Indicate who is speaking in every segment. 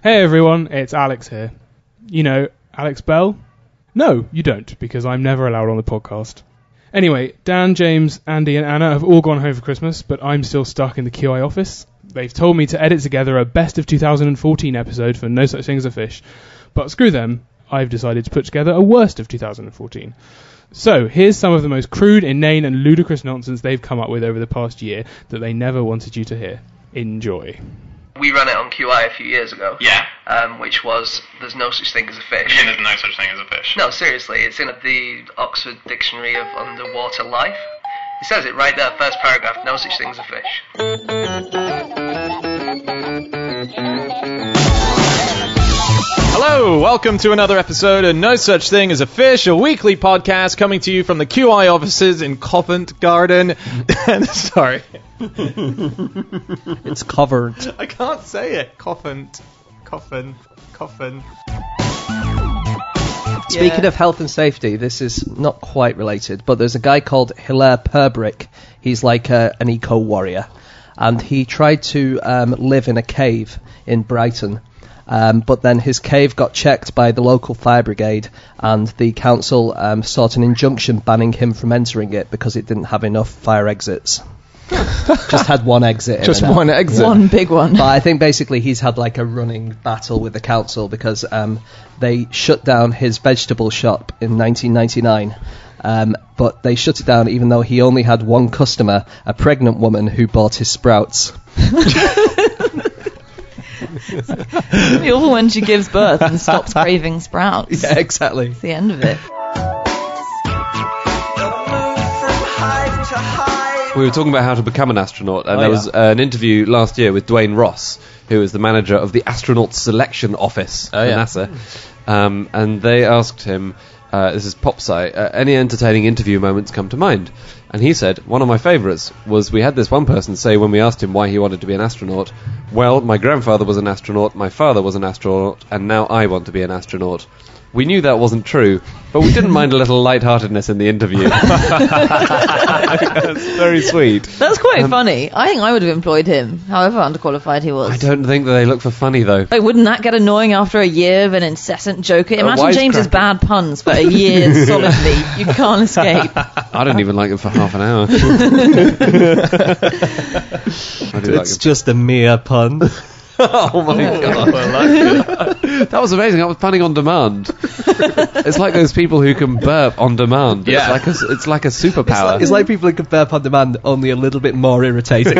Speaker 1: Hey everyone, it's Alex here. You know, Alex Bell? No, you don't, because I'm never allowed on the podcast. Anyway, Dan, James, Andy, and Anna have all gone home for Christmas, but I'm still stuck in the QI office. They've told me to edit together a best of 2014 episode for No Such Thing as a Fish, but screw them, I've decided to put together a worst of 2014. So, here's some of the most crude, inane, and ludicrous nonsense they've come up with over the past year that they never wanted you to hear. Enjoy.
Speaker 2: we ran it on QI a few years ago,
Speaker 3: Yeah.
Speaker 2: um, which was there's no such thing as a
Speaker 3: Yeah,
Speaker 2: fish.
Speaker 3: there's no such thing as a fish.
Speaker 2: No, seriously, it's in the Oxford Dictionary of Underwater Life. It says it right there, first paragraph. No such thing as a fish.
Speaker 4: Hello, welcome to another episode of No Such Thing as a Fish, a weekly podcast coming to you from the QI offices in Covent Garden. Sorry.
Speaker 5: It's covered.
Speaker 4: I can't say it. Covent. Coffin. Coffin.
Speaker 5: Speaking of health and safety, this is not quite related, but there's a guy called Hilaire Perbrick. He's like uh, an eco warrior, and he tried to um, live in a cave in Brighton. Um, but then his cave got checked by the local fire brigade, and the council um, sought an injunction banning him from entering it because it didn't have enough fire exits. Just had one exit. in
Speaker 4: Just
Speaker 5: and out.
Speaker 4: one exit.
Speaker 6: One big one.
Speaker 5: But I think basically he's had like a running battle with the council because um, they shut down his vegetable shop in 1999. Um, but they shut it down even though he only had one customer, a pregnant woman who bought his sprouts.
Speaker 6: the other one she gives birth and stops craving sprouts.
Speaker 5: Yeah, exactly.
Speaker 6: It's the end of it.
Speaker 7: We were talking about how to become an astronaut, and
Speaker 5: Oh,
Speaker 7: there
Speaker 5: yeah.
Speaker 7: was uh, an interview last year with Dwayne Ross, who is the manager of the Astronaut Selection Office
Speaker 4: Oh,
Speaker 7: for
Speaker 4: yeah.
Speaker 7: NASA. Um, and they asked him, uh, this is Popsci, uh, any entertaining interview moments come to mind? And he said, one of my favourites was we had this one person say when we asked him why he wanted to be an astronaut, well, my grandfather was an astronaut, my father was an astronaut, and now I want to be an astronaut. We knew that wasn't true, but we didn't mind a little lightheartedness in the interview. That's very sweet.
Speaker 6: That's quite funny. I think I would have employed him, however underqualified he was.
Speaker 7: I don't think that they look for funny though.
Speaker 6: Like, wouldn't that get annoying after a year of an incessant joker? Imagine James's
Speaker 7: wisecracker.
Speaker 6: bad puns for a year solidly. You can't escape.
Speaker 7: I don't even like them for half an hour. I do like them.
Speaker 5: It's just a mere pun.
Speaker 7: Oh my god! that was amazing. That was planning on demand. it's like those people who can burp on demand.
Speaker 4: Yeah.
Speaker 7: It's like a, s- it's like a superpower.
Speaker 5: It's like people who compare pun demand, only a little bit more irritating.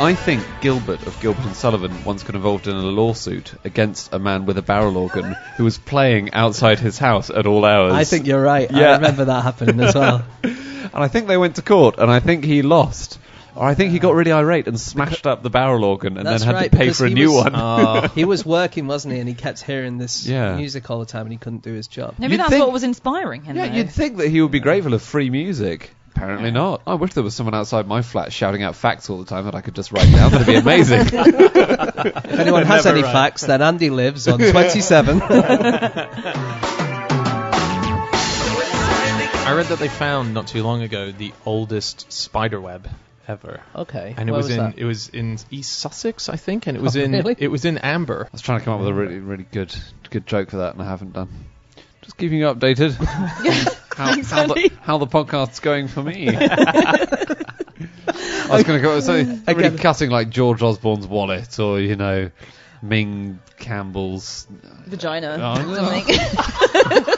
Speaker 7: I think Gilbert of Gilbert and Sullivan once got involved in a lawsuit against a man with a barrel organ who was playing outside his house at all hours.
Speaker 5: I think you're right.
Speaker 7: Yeah.
Speaker 5: I remember that happening as well.
Speaker 7: And I think they went to court, and I think he lost. Or I think he got really irate and smashed up the barrel organ and then
Speaker 5: That's
Speaker 7: had
Speaker 5: right,
Speaker 7: to pay
Speaker 5: because
Speaker 7: for a
Speaker 5: he
Speaker 7: new
Speaker 5: was-
Speaker 7: one.
Speaker 5: he was working, wasn't he? And he kept hearing this
Speaker 7: Yeah.
Speaker 5: music all the time and he couldn't do his job.
Speaker 6: Maybe
Speaker 7: You'd
Speaker 6: that's
Speaker 7: think-
Speaker 6: what was inspiring him.
Speaker 7: yeah,
Speaker 6: though.
Speaker 7: you'd think that he would be grateful of free music. Apparently not. I wish there was someone outside my flat shouting out facts all the time that I could just write down. That'd be amazing.
Speaker 5: If anyone has any facts, then Andy lives on 27.
Speaker 8: I read that they found not too long ago the oldest spider web ever.
Speaker 5: okay.
Speaker 8: And it was, in it was in East Sussex, I think, and it was
Speaker 5: Oh,
Speaker 8: in
Speaker 5: really?
Speaker 8: it was in amber.
Speaker 7: I was trying to come up with a really, really good, good joke for that, and I haven't done. Just keeping you updated. how, how, the, how the podcast's going for me. I was going to go something really cutting like George Osborne's wallet, or you know, Ming Campbell's.
Speaker 6: Vagina.
Speaker 7: Oh, no.
Speaker 6: something.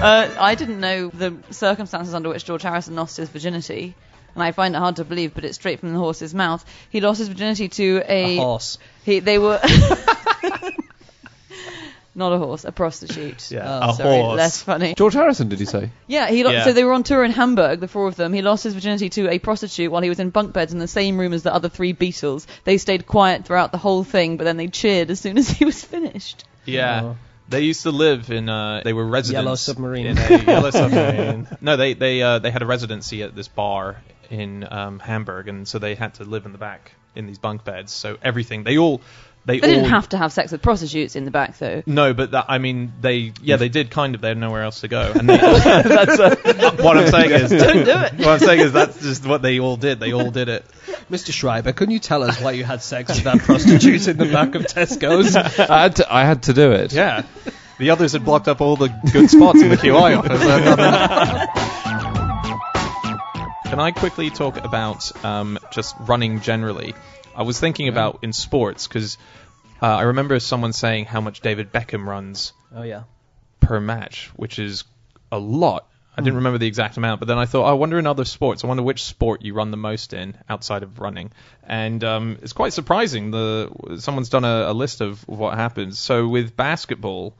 Speaker 6: Uh, I didn't know the circumstances under which George Harrison lost his virginity, and I find it hard to believe, but it's straight from the horse's mouth. He lost his virginity to
Speaker 5: a
Speaker 6: a,
Speaker 5: horse.
Speaker 6: He, they were not a horse, a prostitute.
Speaker 8: Yeah,
Speaker 5: Oh,
Speaker 8: a
Speaker 6: Sorry,
Speaker 8: horse.
Speaker 6: less funny.
Speaker 7: George Harrison, did you say?
Speaker 6: Yeah, he lo-
Speaker 8: Yeah.
Speaker 6: so they were on tour in Hamburg, the four of them. He lost his virginity to a prostitute while he was in bunk beds in the same room as the other three Beatles. They stayed quiet throughout the whole thing, but then they cheered as soon as he was finished.
Speaker 8: Yeah.
Speaker 5: Oh.
Speaker 8: They used to live in. Uh, they were residents.
Speaker 5: Yellow submarine.
Speaker 8: In a yellow submarine. No, they they uh, they had a residency at this bar in um, Hamburg, and so they had to live in the back in these bunk beds. So everything they all They,
Speaker 6: They didn't
Speaker 8: all-
Speaker 6: have to have sex with prostitutes in the back, though.
Speaker 8: No, but that, I mean, they yeah, they did kind of. They had nowhere else to go. And they, uh, what I'm saying is,
Speaker 6: Don't do it.
Speaker 8: what I'm saying is that's just what they all did. They all did it.
Speaker 5: Mr. Schreiber, can you tell us why you had sex with that prostitute in the back of Tesco's?
Speaker 7: I had to, I had to do it.
Speaker 8: Yeah. The others had blocked up all the good spots in the QI office. Can I quickly talk about um, just running generally? I was thinking about in sports because uh, I remember someone saying how much David Beckham runs
Speaker 5: Oh yeah.
Speaker 8: per match, which is a lot. I didn't remember the exact amount, but then I thought, I wonder in other sports. I wonder which sport you run the most in outside of running, and um, it's quite surprising. The someone's done a, a list of what happens. So with basketball,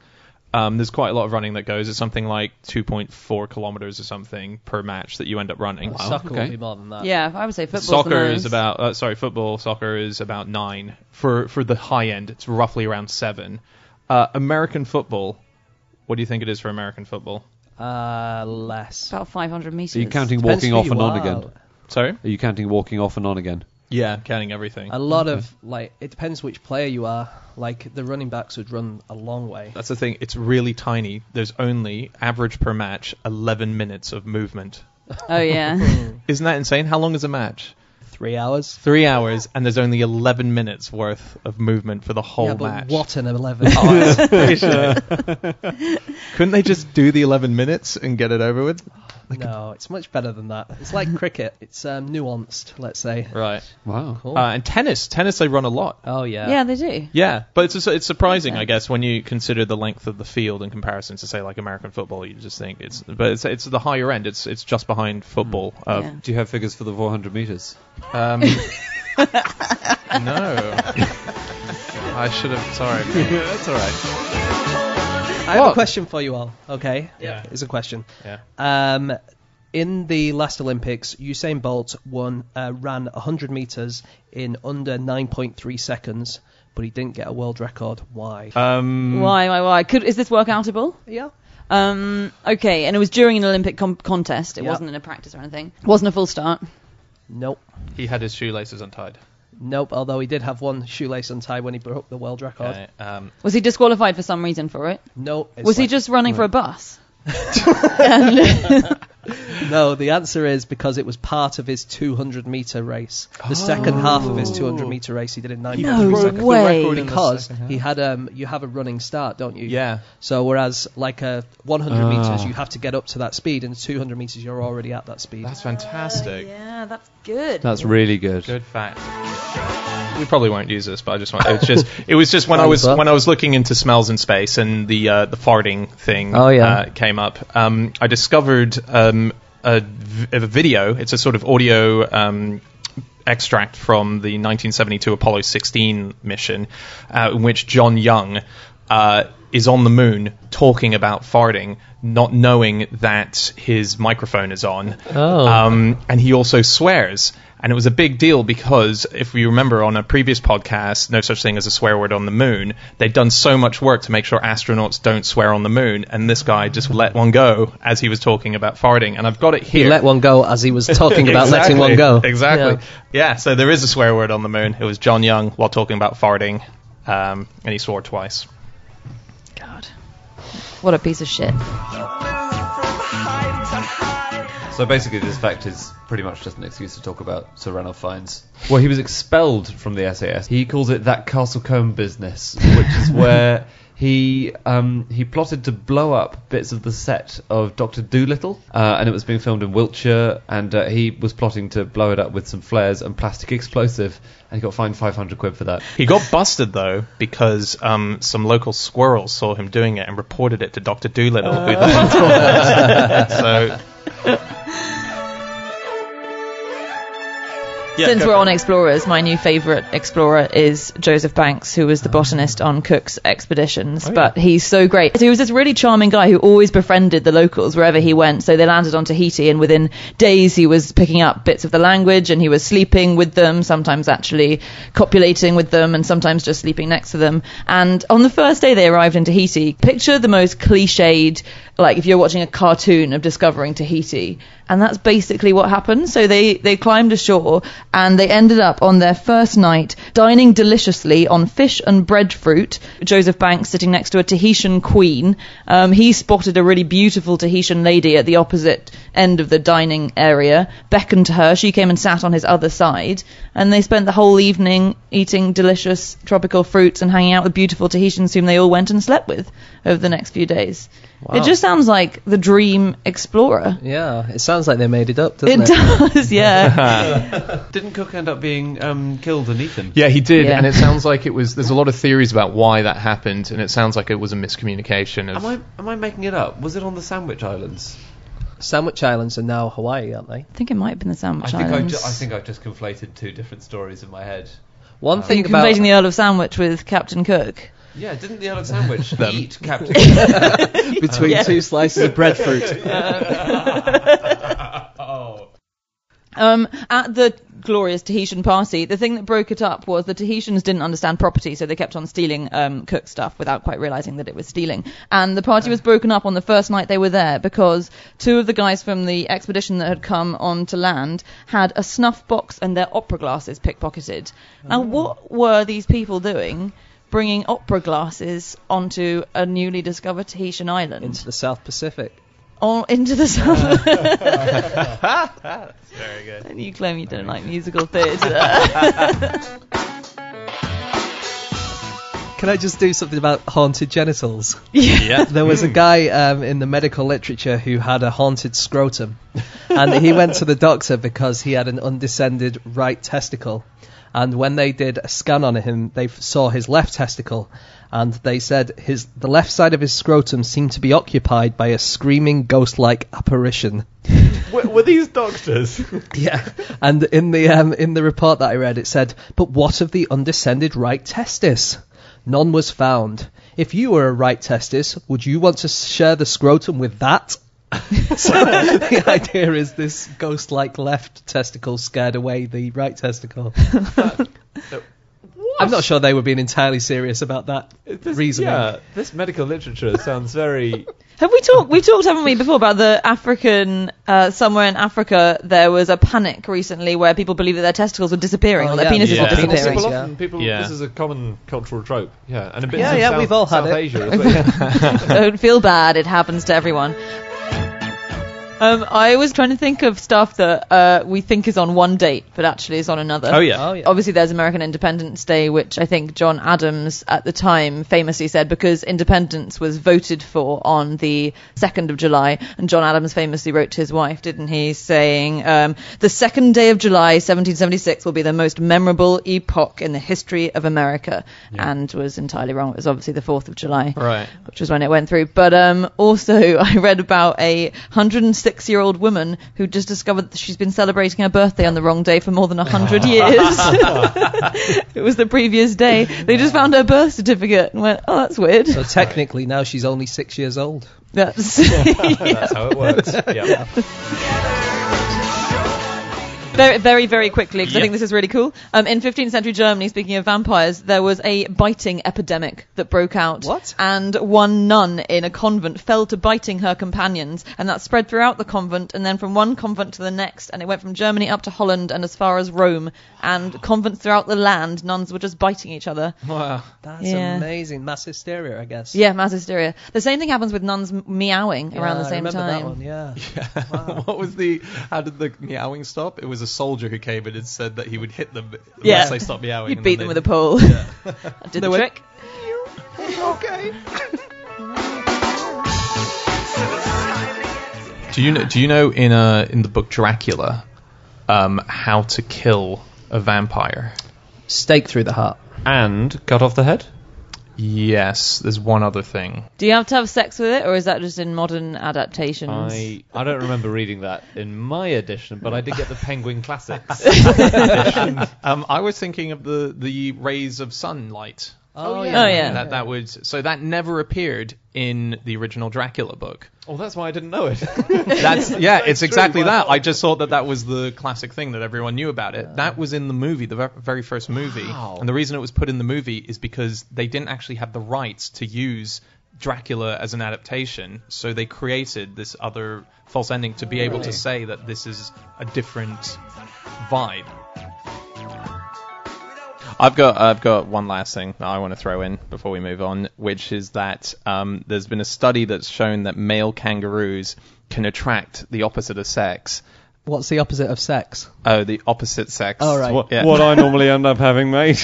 Speaker 8: um, there's quite a lot of running that goes. It's something like 2.4 kilometers or something per match that you end up running.
Speaker 5: Soccer
Speaker 7: okay.
Speaker 5: will be more than that.
Speaker 6: Yeah, I would say football.
Speaker 8: Soccer is about uh, sorry, football. Soccer is about nine for for the high end. It's roughly around seven. Uh, American football. What do you think it is for American football?
Speaker 5: Uh, less.
Speaker 6: about 500 meters.
Speaker 7: Are you counting
Speaker 5: Depends
Speaker 7: walking
Speaker 5: who
Speaker 7: off
Speaker 5: you
Speaker 7: and on
Speaker 5: are.
Speaker 7: again?
Speaker 8: Sorry.
Speaker 7: Are you counting walking off and on again?
Speaker 8: Yeah, counting everything.
Speaker 5: A lot of like it depends which player you are. Like the running backs would run a long way.
Speaker 8: That's the thing. It's really tiny. There's only average per match 11 minutes of movement.
Speaker 6: Oh yeah.
Speaker 8: Isn't that insane? How long is a match?
Speaker 5: Three hours.
Speaker 8: Three hours, and there's only 11 minutes worth of movement for the whole
Speaker 5: yeah, but
Speaker 8: match.
Speaker 5: what an eleven.
Speaker 8: Couldn't they just do the 11 minutes and get it over with?
Speaker 5: no, it's much better than that. It's like cricket. It's um, nuanced, let's say.
Speaker 8: Right.
Speaker 7: Wow.
Speaker 5: Cool.
Speaker 8: Uh, and tennis. Tennis, they run a lot.
Speaker 5: oh yeah.
Speaker 6: yeah, they do.
Speaker 8: Yeah, but it's it's surprising, I guess, when you consider the length of the field in comparison to say like American football. You just think it's, but it's it's the higher end. It's it's just behind football. Uh,
Speaker 6: Yeah.
Speaker 7: Do you have figures for the 400 meters?
Speaker 8: Um, no. I should have. Sorry. That's all right.
Speaker 5: I have
Speaker 7: What?
Speaker 5: a question for you all. Okay.
Speaker 8: Yeah.
Speaker 5: It's a question.
Speaker 8: Yeah.
Speaker 5: Um, in the last Olympics, Usain Bolt won, uh, ran 100 meters in under 9.3 seconds, but he didn't get a world record. Why?
Speaker 8: Um,
Speaker 6: Why, why, why? Could is this work outable?
Speaker 5: yeah.
Speaker 6: Um, okay, and it was during an Olympic com- contest. It
Speaker 5: Yeah.
Speaker 6: wasn't in a practice or anything. Wasn't a full start.
Speaker 5: Nope.
Speaker 8: he had his shoelaces untied.
Speaker 5: Nope. Although he did have one shoelace untied when he broke the world record.
Speaker 8: Okay, um,
Speaker 6: Was he disqualified for some reason for it?
Speaker 5: Nope. it's
Speaker 6: was he
Speaker 5: like-
Speaker 6: just running for a bus?
Speaker 5: No. The answer is because it was part of his 200 meter race. The second half of his 200 meter race, he did in 9.3
Speaker 6: No
Speaker 5: seconds.
Speaker 6: way.
Speaker 8: record in the
Speaker 5: Because
Speaker 8: second half.
Speaker 5: he had um, you have a running start, don't you?
Speaker 8: yeah.
Speaker 5: So whereas like a 100
Speaker 7: Ah.
Speaker 5: meters you have to get up to that speed, and 200 meters you're already at that speed.
Speaker 8: That's fantastic.
Speaker 6: Yeah, that's good.
Speaker 7: That's really good.
Speaker 8: Good fact. We probably won't use this, but I just want. It's just. It was just when I was
Speaker 5: Thanks,
Speaker 8: when I was looking into smells in space and the uh, the farting thing.
Speaker 5: Oh, yeah.
Speaker 8: Uh, came up. Um, I discovered um, a, v- a video. It's a sort of audio. Um, Extract from the 1972 Apollo 16 mission, uh, in which John Young uh, is on the moon talking about farting, not knowing that his microphone is on.
Speaker 5: Oh.
Speaker 8: Um, and he also swears. And it was a big deal because, if you remember on a previous podcast, No Such Thing as a Swear Word on the Moon, they'd done so much work to make sure astronauts don't swear on the moon. And this guy just let one go as he was talking about farting. And I've got it here.
Speaker 5: He let one go as he was talking about letting one go.
Speaker 8: Exactly. Yeah. so there is a swear word on the moon. It was John Young while talking about farting, um, and he swore twice.
Speaker 6: God. What a piece of shit.
Speaker 7: So basically, this fact is pretty much just an excuse to talk about Sir Ranulph Fiennes. Well, he was expelled from the SAS. He calls it that Castlecombe business, which is where he um, he plotted to blow up bits of the set of Doctor Dolittle, uh, and it was being filmed in Wiltshire, and uh, he was plotting to blow it up with some flares and plastic explosive, and he got fined 500 quid for that.
Speaker 8: He got busted though because um, some local squirrels saw him doing it and reported it to Doctor Doolittle, who then told us. So. Yeah,
Speaker 3: Since
Speaker 8: go
Speaker 3: we're
Speaker 8: for
Speaker 3: on
Speaker 8: it.
Speaker 3: explorers, my new favourite explorer is Joseph Banks, who
Speaker 8: Ah.
Speaker 3: was the botanist on Cook's expeditions.
Speaker 8: Oh,
Speaker 3: But he's so great. So he was this really charming guy who always befriended the locals wherever he went. So they landed on Tahiti, and within days he was picking up bits of the language, and he was sleeping with them, sometimes actually copulating with them, and sometimes just sleeping next to them. And on the first day they arrived in Tahiti, picture the most cliched, like if you're watching a cartoon of discovering Tahiti, and that's basically what happened. So they they climbed ashore,
Speaker 6: and they ended up on their first night dining deliciously on fish and breadfruit. Joseph Banks sitting next to a Tahitian queen. Um, he spotted a really beautiful Tahitian lady at the opposite end of the dining area, beckoned to her. She came and sat on his other side, and they spent the whole evening eating delicious tropical fruits and hanging out with beautiful Tahitians whom they all went and slept with over the next few days. It just sounds like the dream explorer.
Speaker 5: Yeah, it sounds like they made it up, doesn't
Speaker 6: It
Speaker 5: it?
Speaker 6: does, yeah.
Speaker 7: Didn't Cook end up being um, killed and eaten?
Speaker 8: Yeah, he did,
Speaker 6: Yeah.
Speaker 8: and it sounds like it was. There's a lot of theories about why that happened, and it sounds like it was a miscommunication. Of,
Speaker 7: Am I am I making it up? Was it on the Sandwich Islands?
Speaker 5: Sandwich Islands are now Hawaii, aren't they?
Speaker 6: I think it might have been the
Speaker 7: I
Speaker 6: Sandwich
Speaker 7: think I,
Speaker 6: Islands.
Speaker 7: ju- I think I've just conflated two different stories in my head.
Speaker 5: One
Speaker 6: So
Speaker 5: thing
Speaker 6: you're
Speaker 5: about
Speaker 6: conflating the Earl of Sandwich with Captain Cook.
Speaker 7: Yeah, didn't the Earl of Sandwich
Speaker 8: Them.
Speaker 7: eat Captain? Cook?
Speaker 5: between two slices of breadfruit.
Speaker 6: Um, at the glorious Tahitian party, the thing that broke it up was the Tahitians didn't understand property, so they kept on stealing um, Cook stuff without quite realizing that it was stealing. And the party was broken up on the first night they were there because two of the guys from the expedition that had come on to land had a snuff box and their opera glasses pickpocketed.
Speaker 7: Oh.
Speaker 6: And what were these people doing? Bringing opera glasses onto a newly discovered Tahitian island.
Speaker 5: Into the South Pacific.
Speaker 6: all into the sun. That's very good. And you claim you don't like musical theatre.
Speaker 5: Can I just do something about haunted genitals?
Speaker 8: yeah.
Speaker 5: There was a guy um, in the medical literature who had a haunted scrotum, and he went to the doctor because he had an undescended right testicle. And when they did a scan on him, they f- saw his left testicle, and they said his the left side of his scrotum seemed to be occupied by a screaming ghost-like apparition.
Speaker 7: were, were these doctors?
Speaker 5: Yeah, and in the um, in the report that I read, it said, "But what of the undescended right testis? None was found. If you were a right testis, would you want to share the scrotum with that?" so the idea is this ghost-like left testicle scared away the right testicle. I'm not sure they were being entirely serious about that reasoning.
Speaker 7: Yeah, this medical literature sounds very.
Speaker 6: Have we talked? We talked, haven't we, before about the African? Uh, somewhere in Africa, there was a panic recently where people believed that their testicles were disappearing
Speaker 5: Oh,
Speaker 6: or their
Speaker 5: yeah.
Speaker 6: penises
Speaker 8: Yeah.
Speaker 6: were
Speaker 8: Penises
Speaker 7: People,
Speaker 6: disappearing.
Speaker 5: were-
Speaker 7: people
Speaker 5: yeah.
Speaker 7: often people.
Speaker 8: Yeah.
Speaker 7: This is a common cultural trope. Yeah, and a bit.
Speaker 5: Yeah,
Speaker 7: of
Speaker 5: yeah,
Speaker 7: South,
Speaker 5: we've all had
Speaker 7: South
Speaker 5: it.
Speaker 7: Asia as well.
Speaker 6: Don't feel bad. It happens to everyone. Um, I was trying to think of stuff that uh, we think is on one date, but actually is on another.
Speaker 8: Oh yeah.
Speaker 5: Oh yeah.
Speaker 6: Obviously, there's American Independence Day, which I think John Adams at the time famously said because independence was voted for on the 2nd of July. And John Adams famously wrote to his wife, didn't he, saying, um, The second day of July, 1776, will be the most memorable epoch in the history of America. And was entirely wrong. It was obviously the 4th of July
Speaker 8: Right.
Speaker 6: which was when it went through. But um, also, I read about a 106 year old woman who just discovered that she's been celebrating her birthday on the wrong day for more than 100 years. it was the previous day. They just found her birth certificate and went, oh, that's weird.
Speaker 5: So technically, now she's only six years old.
Speaker 6: That's
Speaker 7: That's how it works. Yeah.
Speaker 6: very, very, very quickly, because I
Speaker 8: Yeah.
Speaker 6: think this is really cool. Um, in 15th century Germany, speaking of vampires, there was a biting epidemic that broke out.
Speaker 5: What?
Speaker 6: And one nun in a convent fell to biting her companions, and that spread throughout the convent, and then from one convent to the next, and it went from Germany up to Holland and as far as Rome. And convents throughout the land, nuns were just biting each other.
Speaker 8: Wow.
Speaker 5: That's
Speaker 6: Yeah.
Speaker 5: amazing. Mass hysteria, I guess.
Speaker 6: Yeah, mass hysteria. The same thing happens with nuns m- meowing around
Speaker 5: Yeah,
Speaker 6: the
Speaker 5: I
Speaker 6: same
Speaker 5: remember
Speaker 6: time.
Speaker 5: That one, yeah.
Speaker 8: What was the? How did the meowing stop? It was a soldier who came in and said that he would hit them unless
Speaker 6: Yeah.
Speaker 8: they stopped meowing.
Speaker 6: You
Speaker 8: and
Speaker 6: beat
Speaker 8: then
Speaker 6: them
Speaker 8: they-
Speaker 6: with a pole. That did the
Speaker 5: went-
Speaker 6: trick.
Speaker 8: Do you know, do you know in uh, in the book Dracula, um, how to kill a vampire?
Speaker 5: Stake through the heart.
Speaker 7: And cut off the head.
Speaker 8: Yes, there's one other thing.
Speaker 6: Do you have to have sex with it, or is that just in modern adaptations?
Speaker 7: I I don't remember reading that in my edition, but I did get the Penguin Classics.
Speaker 8: Um, I was thinking of the the rays of sunlight.
Speaker 5: Oh,
Speaker 6: yeah. Oh, yeah.
Speaker 8: That that would so that never appeared in the original Dracula book.
Speaker 7: oh, that's why I didn't know it.
Speaker 8: That's yeah, it's exactly
Speaker 7: wow.
Speaker 8: that. I just thought that that was the classic thing that everyone knew about it. That was in the movie, the ver- very first movie.
Speaker 7: Wow.
Speaker 8: And the reason it was put in the movie is because they didn't actually have the rights to use Dracula as an adaptation, so they created this other false ending to be able to say that this is a different vibe. I've got I've got one last thing that I want to throw in before we move on, which is that um, there's been a study that's shown that male kangaroos can attract the opposite of sex.
Speaker 5: What's the opposite of sex?
Speaker 8: Oh, the opposite sex.
Speaker 6: Oh,
Speaker 5: All right.
Speaker 7: What,
Speaker 8: Yeah.
Speaker 7: what I normally end up having, mate.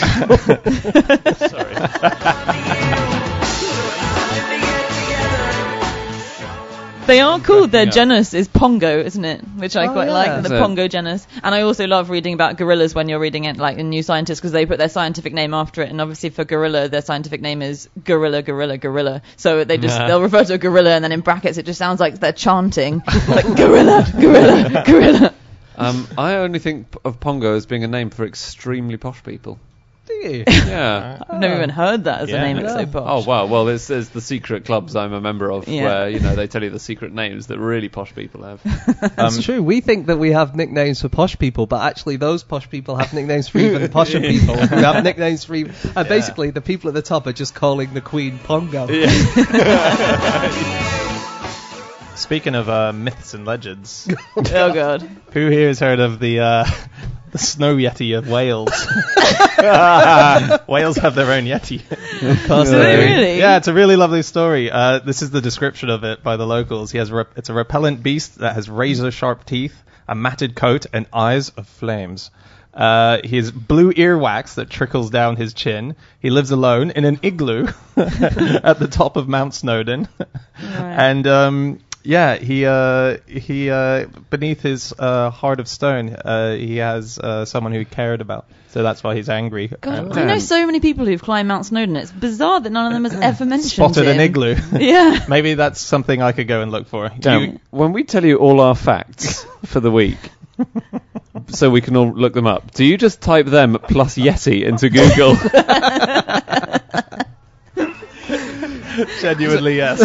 Speaker 6: They are cool. Their genus is Pongo, isn't it? Which I
Speaker 5: Oh,
Speaker 6: quite
Speaker 5: yeah.
Speaker 6: like, the
Speaker 7: So-
Speaker 6: Pongo genus. And I also love reading about gorillas when you're reading it, like in New Scientist, because they put their scientific name after it. And obviously for gorilla, their scientific name is gorilla, gorilla, gorilla. So they just they'll refer to a gorilla, and then in brackets it just sounds like they're chanting, like gorilla, gorilla, gorilla.
Speaker 7: um, I only think p- of Pongo as being a name for extremely posh people.
Speaker 5: Do you?
Speaker 7: Yeah.
Speaker 6: I've never even heard that as a
Speaker 8: Yeah.
Speaker 6: name. It's so
Speaker 5: Oh. Yeah.
Speaker 6: posh.
Speaker 7: Oh wow! Well, it's, it's the secret clubs I'm a member of,
Speaker 6: Yeah.
Speaker 7: where you know they tell you the secret names that really posh people have.
Speaker 5: That's true. We think that we have nicknames for posh people, but actually, those posh people have nicknames for even posher people. who have nicknames for even. And basically, the people at the top are just calling the queen Pongo.
Speaker 8: Speaking of uh, myths and legends,
Speaker 6: Oh god.
Speaker 8: who here has heard of the uh, the snow yeti of Wales? Wales have their own yeti.
Speaker 5: course
Speaker 6: Do they really?
Speaker 8: Yeah, it's a really lovely story. Uh, this is the description of it by the locals. He has rep- it's a repellent beast that has razor sharp teeth, a matted coat, and eyes of flames. Uh, he has blue earwax that trickles down his chin. He lives alone in an igloo at the top of Mount Snowdon, and um, yeah, he uh, he uh, beneath his uh, heart of stone, uh, he has uh, someone who he cared about. So that's why he's angry.
Speaker 6: God,
Speaker 8: and
Speaker 6: I know so many people who've climbed Mount Snowdon. It's bizarre that none of them has ever mentioned
Speaker 8: spotted an
Speaker 6: him.
Speaker 8: igloo.
Speaker 6: Yeah.
Speaker 8: Maybe that's something I could go and look for. You-
Speaker 7: when we tell you all our facts for the week, so we can all look them up, do you just type them plus Yeti into Google?
Speaker 8: genuinely, yes.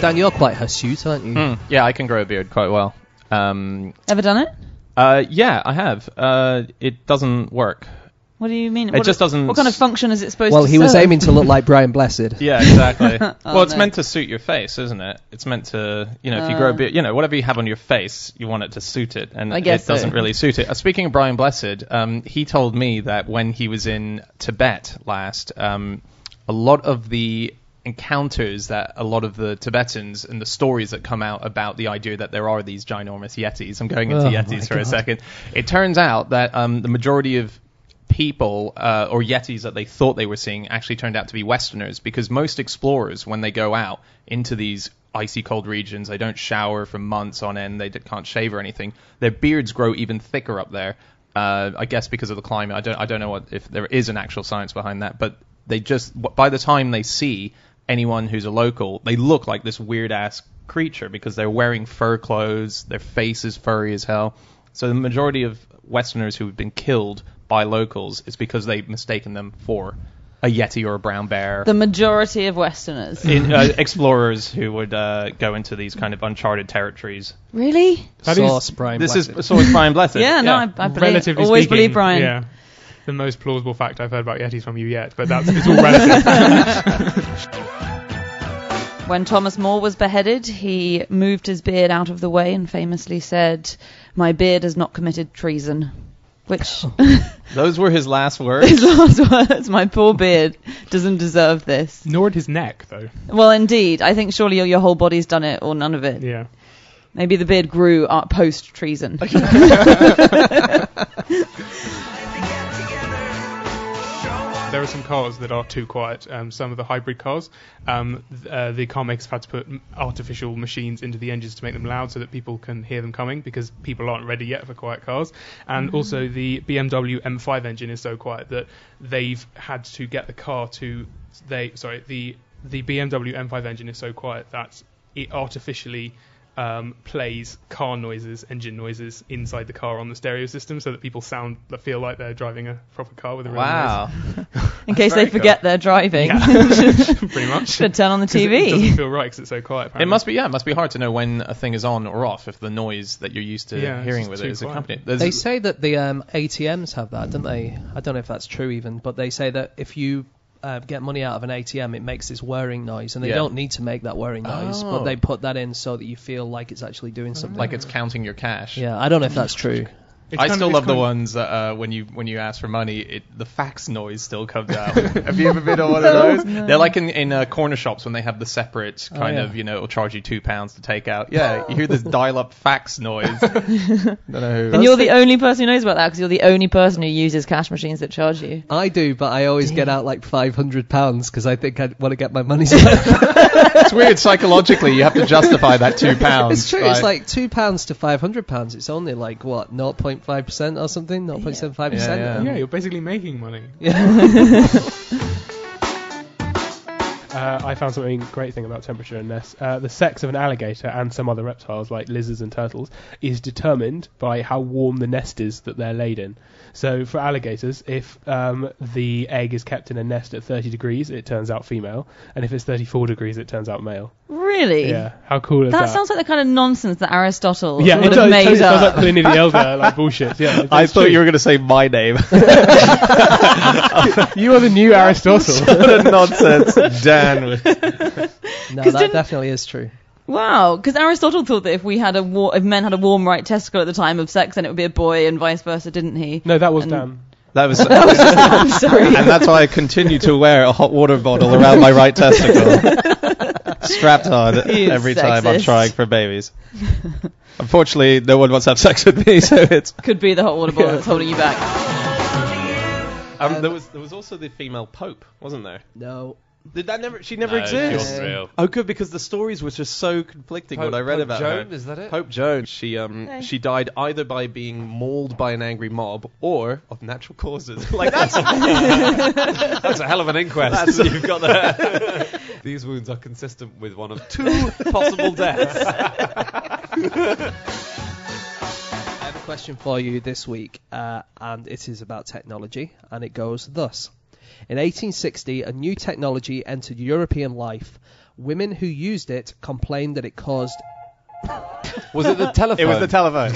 Speaker 5: Dan, you're quite hirsute, aren't you?
Speaker 8: Mm, yeah, I can grow a beard quite well. Um,
Speaker 6: Ever done it?
Speaker 8: uh, yeah, I have. Uh, it doesn't work.
Speaker 6: What do you mean?
Speaker 8: It
Speaker 6: What-
Speaker 8: just doesn't.
Speaker 6: What kind of function is it supposed
Speaker 5: Well,
Speaker 6: to
Speaker 5: he was
Speaker 6: serve?
Speaker 5: aiming to look like Brian Blessed.
Speaker 8: Yeah, exactly. well, it's
Speaker 6: Oh, no.
Speaker 8: meant to suit your face, isn't it? It's meant to, you know, if you grow a
Speaker 6: Uh.
Speaker 8: beard, you know, whatever you have on your face, you want it to suit it, and
Speaker 6: I guess
Speaker 8: it doesn't
Speaker 6: so.
Speaker 8: really suit it. Uh, speaking of Brian Blessed, um, he told me that when he was in Tibet last, um, a lot of the encounters that a lot of the Tibetans and the stories that come out about the idea that there are these ginormous yetis. I'm going into
Speaker 5: Oh, my
Speaker 8: yetis for a
Speaker 5: God.
Speaker 8: second. It turns out that um, the majority of people uh, or yetis that they thought they were seeing actually turned out to be Westerners because most explorers, when they go out into these icy cold regions, they don't shower for months on end, they d- can't shave or anything. Their beards grow even thicker up there. Uh, I guess because of the climate. I don't. I don't know what if there is an actual science behind that, but they just by the time they see anyone who's a local, they look like this weird ass creature because they're wearing fur clothes, their face is furry as hell. So the majority of Westerners who have been killed by locals is because they've mistaken them for a yeti or a brown bear.
Speaker 6: The majority of Westerners.
Speaker 8: in, uh, explorers who would uh, go into these kind of uncharted territories.
Speaker 6: really?
Speaker 1: That is-
Speaker 5: Source Brian
Speaker 8: This
Speaker 5: Blessed.
Speaker 8: is Source Brian Blessed.
Speaker 6: Yeah, no, I, I believe.
Speaker 1: relatively
Speaker 6: Always
Speaker 1: speaking,
Speaker 6: believe Brian.
Speaker 1: Yeah, the most plausible fact I've heard about Yetis from you yet, but that's it's all relative.
Speaker 6: When Thomas More was beheaded, he moved his beard out of the way and famously said, "My beard has not committed treason." Which
Speaker 8: Those were his last words.
Speaker 6: his last words, my poor beard doesn't deserve this.
Speaker 1: Nor at his neck, though.
Speaker 6: Well, indeed, I think surely your, your whole body's done it or none of it.
Speaker 1: Yeah.
Speaker 6: Maybe the beard grew uh, post treason.
Speaker 1: There are some cars that are too quiet. Um, some of the hybrid cars, um, th- uh, the car makers have had to put m- artificial machines into the engines to make them loud so that people can hear them coming because people aren't ready yet for quiet cars. And also the BMW M5 engine is so quiet that they've had to get the car to they sorry the the BMW M5 engine is so quiet that it artificially um, plays car noises, engine noises inside the car on the stereo system, so that people sound feel like they're driving a proper car with a real noise.
Speaker 8: Wow.
Speaker 6: in case they
Speaker 8: very
Speaker 6: forget they're driving.
Speaker 1: pretty much.
Speaker 6: Should turn on the
Speaker 1: 'Cause it- It doesn't
Speaker 6: TV.
Speaker 1: feel right because it's so quiet.
Speaker 8: It
Speaker 1: Apparently.
Speaker 8: must be yeah, it must be hard to know when a thing is on or off if the noise that you're used to
Speaker 1: Yeah, it's
Speaker 8: hearing
Speaker 1: just
Speaker 8: with
Speaker 1: too
Speaker 8: it is
Speaker 1: quiet.
Speaker 8: accompanied.
Speaker 5: They
Speaker 8: There's-
Speaker 5: say that the um, ATMs have that, don't they? I don't know if that's true even, but they say that if you uh, get money out of an ATM, it makes this whirring noise, and they
Speaker 8: Yeah.
Speaker 5: don't need to make that whirring noise, but
Speaker 8: Oh.
Speaker 5: they put that in so that you feel like it's actually
Speaker 6: Oh,
Speaker 5: doing something.
Speaker 8: Like it's counting your cash.
Speaker 5: yeah, I don't know if that's true.
Speaker 1: It's
Speaker 8: I
Speaker 1: kind
Speaker 8: still
Speaker 1: of-
Speaker 8: love
Speaker 1: it's
Speaker 8: the
Speaker 1: kind of-
Speaker 8: ones that uh, when you when you ask for money, it, the fax noise still comes out. have you ever been on one of those? They're like in, in uh, corner shops when they have the separate kind
Speaker 5: yeah.
Speaker 8: of you know, it'll charge you two pounds to take out. Yeah, you hear this dial-up fax noise.
Speaker 6: And you're the only person who knows about that because you're the only person who uses cash machines that charge you.
Speaker 5: I do, but I always get out like five hundred pounds because I think I want to get my money's worth.
Speaker 8: it's weird psychologically. You have to justify that two pounds.
Speaker 5: it's true. It's like two pounds to five hundred pounds. It's only like what 0.5 percent or something, 0.75 percent.
Speaker 8: Yeah,
Speaker 1: Yeah, you're basically making money.
Speaker 9: Uh, I found something great thing about temperature in this. Uh, the sex of an alligator and some other reptiles like lizards and turtles is determined by how warm the nest is that they're laid in. So for alligators, if um, the egg is kept in a nest at 30 degrees, it turns out female, and if it's 34 degrees, it turns out male.
Speaker 6: Really?
Speaker 9: Yeah, how cool is that?
Speaker 6: That sounds like the kind of nonsense that Aristotle
Speaker 9: yeah,
Speaker 6: would
Speaker 9: it does.
Speaker 6: have made
Speaker 9: It sounds like
Speaker 6: up.
Speaker 9: Pliny the Elder, like bullshit. Yeah,
Speaker 8: I thought you were going to say my name.
Speaker 9: you are the new Aristotle.
Speaker 8: what a nonsense, Dan.
Speaker 5: No,
Speaker 6: 'Cause
Speaker 5: that
Speaker 6: didn't-
Speaker 5: definitely is true.
Speaker 6: Wow, because Aristotle thought that if we had a war- if men had a warm right testicle at the time of sex, then it would be a boy, and vice versa, didn't he?
Speaker 9: no, that was
Speaker 6: And-
Speaker 9: Dan.
Speaker 8: That was,
Speaker 6: I'm sorry.
Speaker 8: and that's why I continue to wear a hot water bottle around my right testicle, strapped on
Speaker 6: You
Speaker 8: every time I'm
Speaker 6: sexist.
Speaker 8: trying for babies. Unfortunately, no one wants to have sex with me, so it's.
Speaker 6: Could be the hot water bottle that's holding you back.
Speaker 10: Um, there was there was also the female pope, wasn't there?
Speaker 5: No,
Speaker 10: Did that never? She never
Speaker 8: No, she
Speaker 10: exists.
Speaker 5: wasn't
Speaker 10: real. Oh, good because the stories were just so conflicting.
Speaker 8: Pope-
Speaker 10: what I read
Speaker 8: Pope
Speaker 10: about
Speaker 8: Joan,
Speaker 10: her.
Speaker 8: is
Speaker 7: Uh,
Speaker 8: that it?
Speaker 10: Pope Joan. She um she died either by being mauled by an angry mob or of natural causes. Like that's
Speaker 7: That's a hell of an inquest you've got there. These wounds are consistent with one of two possible deaths.
Speaker 5: I have a question for you this week, uh, and it is about technology, and it goes thus. In 1860, a new technology entered European life. Women who used it complained that it caused.
Speaker 7: Was it the telephone?
Speaker 8: It was the telephone.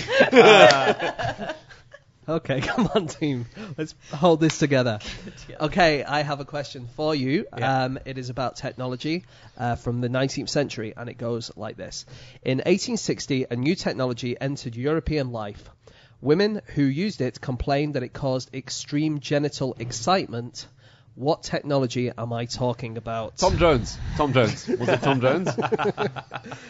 Speaker 5: Okay, come on, team. Let's hold this together. Okay, I have a question for you. Um, it is about technology uh, from the 19th century, and it goes like this. In 1860, a new technology entered European life. Women who used it complained that it caused extreme genital excitement. What technology am I talking about?
Speaker 7: Tom Jones. Tom Jones. Was it Tom Jones?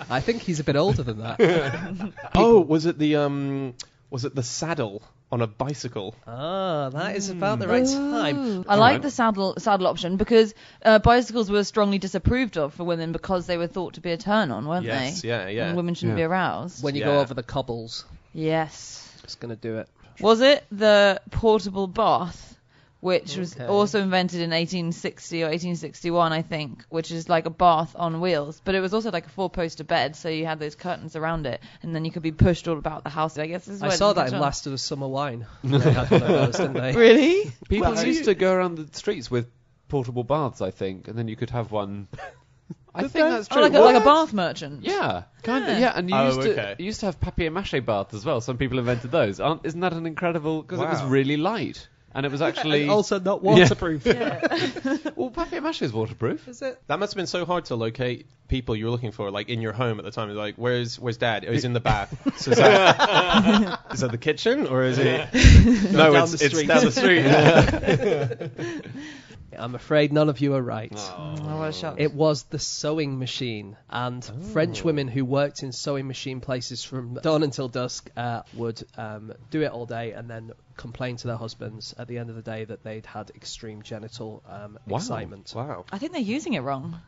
Speaker 5: I think he's a bit older than that.
Speaker 10: oh, was it the um was it the saddle on a bicycle?
Speaker 5: ah, that is about the right time.
Speaker 6: I like the saddle saddle option because uh, bicycles were strongly disapproved of for women because they were thought to be a turn on, weren't
Speaker 10: Yes,
Speaker 6: they?
Speaker 10: yeah, yeah.
Speaker 6: And women shouldn't
Speaker 7: Yeah.
Speaker 6: be aroused.
Speaker 5: When you
Speaker 10: Yeah.
Speaker 5: go over the cobbles,
Speaker 6: yes.
Speaker 5: just going to do it.
Speaker 6: Was it the portable bath, which was also invented in 1860 or 1861, I think, which is like a bath on wheels, but it was also like a four-poster bed, so you had those curtains around it, and then you could be pushed all about the house. I guess this is
Speaker 5: I
Speaker 6: where
Speaker 5: saw
Speaker 6: the
Speaker 5: that in
Speaker 6: control-
Speaker 5: Last of the Summer Wine. they had one of those, didn't they?
Speaker 6: Really?
Speaker 7: People used to go around the streets with portable baths, I think, and then you could have one. I think that's
Speaker 6: Oh,
Speaker 7: true.
Speaker 6: like a, like a
Speaker 7: What?
Speaker 6: bath merchant.
Speaker 7: Yeah, kind
Speaker 6: Yeah.
Speaker 7: of. Yeah, and you
Speaker 10: Oh,
Speaker 7: used to
Speaker 10: okay.
Speaker 7: you used to have papier-mâché baths as well. Some people invented those. Aren't, isn't that an incredible? Because it was
Speaker 10: Wow.
Speaker 7: really light, and it was actually
Speaker 5: also not waterproof.
Speaker 7: well, papier-mâché is waterproof.
Speaker 5: Is it?
Speaker 10: That must have been so hard to locate people you were looking for, like in your home at the time. Like, where's where's dad? Oh, he's in the bath. So is that, is that the kitchen or is it? no,
Speaker 5: down
Speaker 10: it's,
Speaker 5: the
Speaker 10: it's
Speaker 5: street.
Speaker 10: down the street.
Speaker 5: I'm afraid none of you are right.
Speaker 6: Oh, what a shock.
Speaker 5: It was the sewing machine, and
Speaker 10: Oh.
Speaker 5: French women who worked in sewing machine places from dawn until dusk uh, would um, do it all day and then complain to their husbands at the end of the day that they'd had extreme genital um, excitement.
Speaker 10: Wow.
Speaker 6: I think they're using it wrong.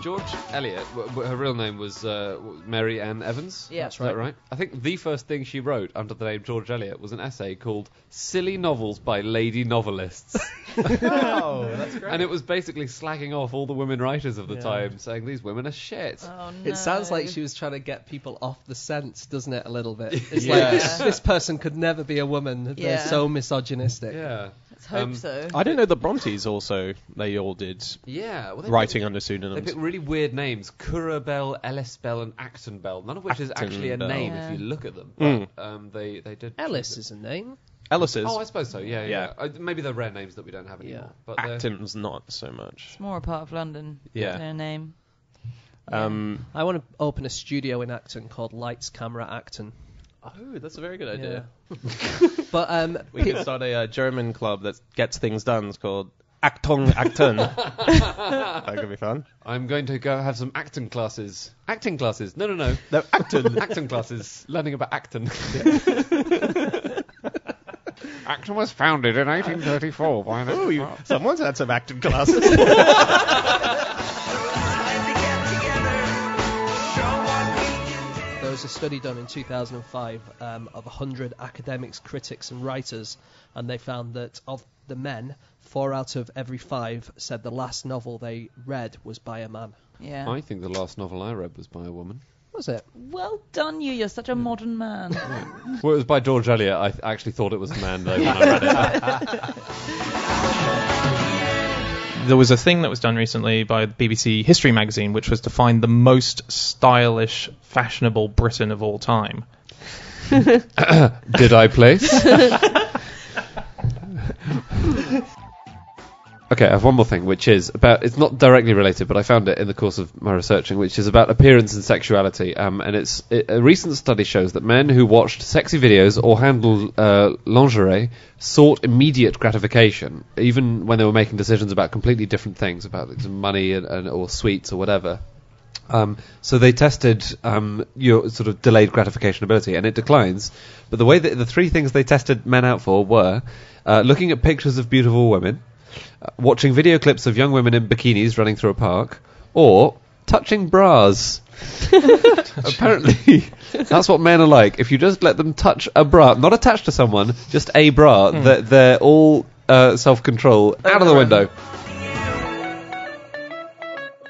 Speaker 7: George Eliot, w- w- her real name was uh, w- Mary Ann Evans.
Speaker 6: Yeah.
Speaker 7: Is that right? I think the first thing she wrote under the name George Eliot was an essay called "Silly Novels by Lady Novelists."
Speaker 10: Oh, that's great.
Speaker 7: And it was basically slagging off all the women writers of the time, saying these women are shit.
Speaker 6: Oh, no.
Speaker 5: It sounds like she was trying to get people off the scent, doesn't it? A little bit. It's
Speaker 10: Yeah.
Speaker 5: like this, this person could never be a woman. They're
Speaker 6: Yeah.
Speaker 5: so misogynistic.
Speaker 7: yeah.
Speaker 6: Let's hope
Speaker 7: um,
Speaker 6: so.
Speaker 10: I don't know. The Brontes also they all did
Speaker 7: Yeah. Well, they
Speaker 10: writing under
Speaker 7: They
Speaker 10: pseudonyms.
Speaker 7: pick really weird names: Currer Bell, Ellis Bell, and Acton Bell. None of which is actually a
Speaker 10: Acton Bell.
Speaker 7: name
Speaker 6: Yeah.
Speaker 11: Hmm.
Speaker 7: if you look at them. But, um, they they did.
Speaker 5: Ellis is a name.
Speaker 8: Ellis is.
Speaker 7: Oh, I suppose so. Yeah, yeah.
Speaker 8: Yeah.
Speaker 7: Uh, maybe they're rare names that we don't have anymore.
Speaker 5: Yeah.
Speaker 7: But they're-
Speaker 10: Acton's not so much.
Speaker 6: More a part of London.
Speaker 10: Yeah.
Speaker 6: Their name.
Speaker 10: Um,
Speaker 5: I want to open a studio in Acton called Lights Camera Acton.
Speaker 10: oh, that's a very good idea.
Speaker 5: but um,
Speaker 10: We could start a uh, German club that gets things done. It's called Acton Acton. that could be fun.
Speaker 7: I'm going to go have some acting classes. Acting classes? No, no, no.
Speaker 10: No, Acton.
Speaker 7: acting classes. Learning about acting.
Speaker 11: Acton was founded in 1834 by an
Speaker 10: Ooh, you- someone's had some acting classes.
Speaker 5: There was a study done in 2005 um, of 100 academics, critics, and writers, and they found that of the men, four out of every five said the last novel they read was by a man.
Speaker 6: Yeah.
Speaker 7: I think the last novel I read was by a woman.
Speaker 5: Was it?
Speaker 6: Well done, you. You're
Speaker 5: Mm.
Speaker 6: such a modern man.
Speaker 7: Well, it was by George Eliot. I th- actually thought it was a man, though, when I read it.
Speaker 8: there was a thing that was done recently by the BBC History magazine, which was to find the most stylish, fashionable Briton of all time.
Speaker 7: Did I place? okay, I have one more thing, which is about. It's not directly related, but I found it in the course of my researching, which is about appearance and sexuality. Um, and it's it, a recent study shows that men who watched sexy videos or handled uh, lingerie sought immediate gratification, even when they were making decisions about completely different things, about like, some money and, and or sweets or whatever. Um, so they tested um, your sort of delayed gratification ability, and it declines. But the way that the three things they tested men out for were uh, looking at pictures of beautiful women, uh, watching video clips of young women in bikinis running through a park, or touching bras. Apparently, that's what men are like. If you just let them touch a bra, not attached to someone, just a bra, they're, they're all uh, self-control out of the window.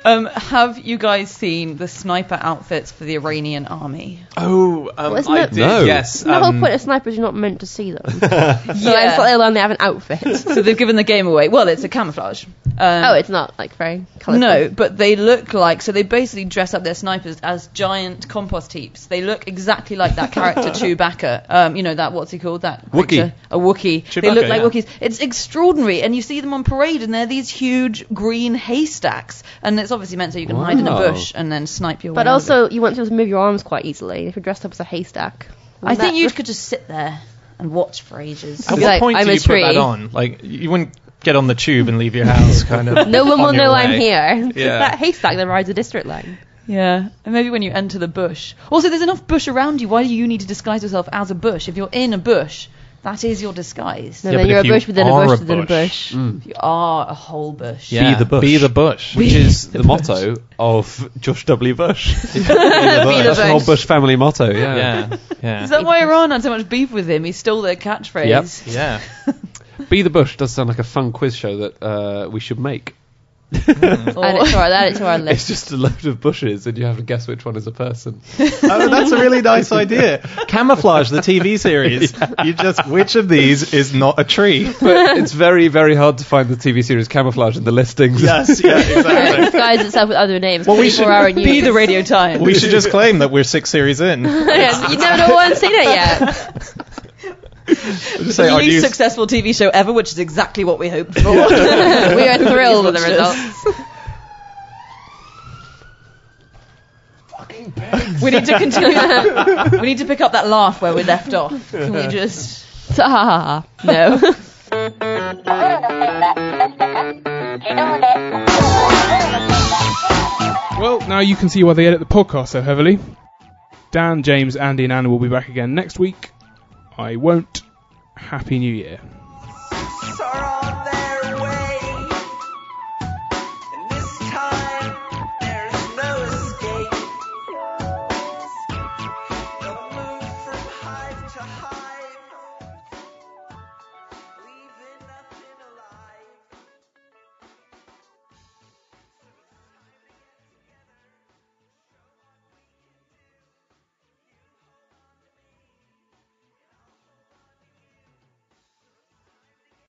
Speaker 6: um, have you guys seen the sniper outfits for the Iranian army?
Speaker 8: Oh, um,
Speaker 12: Wasn't
Speaker 8: I
Speaker 12: it-
Speaker 8: did.
Speaker 7: No.
Speaker 8: Yes.
Speaker 12: The whole
Speaker 8: um,
Speaker 12: point of snipers, you're not meant to see them. So I just thought they learn they have an outfit.
Speaker 6: so they've given the game away. Well, it's a camouflage. Um,
Speaker 12: oh, it's not like very colourful.
Speaker 6: No, but they look like so they basically dress up their snipers as giant compost heaps. They look exactly like that character Chewbacca. Um, you know that what's he called? That
Speaker 7: Wookiee.
Speaker 6: creature? A Wookiee. they look
Speaker 8: Chewbacca,
Speaker 6: like
Speaker 8: yeah.
Speaker 6: Wookiees. It's extraordinary, and you see them on parade, and they're these huge green haystacks, and it's obviously meant so you can hide in a
Speaker 7: Wow.
Speaker 6: bush and then snipe your.
Speaker 12: But
Speaker 6: way out of it.
Speaker 12: also, you want to be able to move your arms quite easily if you're dressed up as a haystack.
Speaker 6: I think you
Speaker 12: you
Speaker 6: could just sit there and watch for ages.
Speaker 8: At what
Speaker 12: like,
Speaker 8: point
Speaker 12: I'm
Speaker 8: do
Speaker 12: a
Speaker 8: you put that
Speaker 12: tree.
Speaker 8: on? Like, you wouldn't get on the tube and leave your house, kind of.
Speaker 12: No one
Speaker 8: on
Speaker 12: will
Speaker 8: your
Speaker 12: know
Speaker 8: way.
Speaker 12: I'm here.
Speaker 8: Yeah.
Speaker 12: that haystack that rides the district line.
Speaker 6: Yeah, and maybe when you enter the bush. Also, there's enough bush around you. Why do you need to disguise yourself as a bush? If you're in a bush, that is your disguise.
Speaker 12: No,
Speaker 8: Yeah,
Speaker 12: then
Speaker 8: but
Speaker 12: you're a
Speaker 8: if you
Speaker 12: bush within a
Speaker 8: are
Speaker 12: bush
Speaker 8: a
Speaker 12: within a
Speaker 8: bush-
Speaker 12: bush.
Speaker 6: You are a whole bush.
Speaker 8: Yeah.
Speaker 7: Be the bush.
Speaker 8: Be the bush.
Speaker 7: which is the motto of Josh W. Bush. That's the whole Bush family motto. Yeah.
Speaker 8: Yeah.
Speaker 6: Is
Speaker 8: Yeah.
Speaker 6: that why Iran had so much beef with him? He stole their catchphrase.
Speaker 8: Yeah.
Speaker 7: Be the Bush does sound like a fun quiz show that uh, we should make.
Speaker 6: Or-
Speaker 12: Add it to our, add it to our list.
Speaker 7: It's just a load of bushes, and you have to guess which one is a person.
Speaker 10: oh, that's a really nice idea. Camouflage the TV series. You just which of these is not a tree?
Speaker 7: But it's very, very hard to find the TV series camouflage in the listings.
Speaker 10: Yes, yeah, exactly.
Speaker 12: disguise itself with other names.
Speaker 10: Well, we
Speaker 12: 24
Speaker 10: should
Speaker 12: hour
Speaker 6: Be
Speaker 12: news.
Speaker 6: the Radio Times.
Speaker 10: We should just claim that we're six series in.
Speaker 12: you never know one's seen it yet.
Speaker 10: Just
Speaker 6: the
Speaker 10: say "Oh, our
Speaker 6: least
Speaker 10: news-
Speaker 6: successful TV show ever, which is exactly what we hoped for.
Speaker 12: We are thrilled with the results.
Speaker 6: we need to continue. we need to pick up that laugh where we left off. Can we just?
Speaker 12: Ah, no.
Speaker 1: Well, now you can see why they edit the podcast so heavily. Dan, James, Andy, and Anna will be back again next week. I won't. Happy New Year.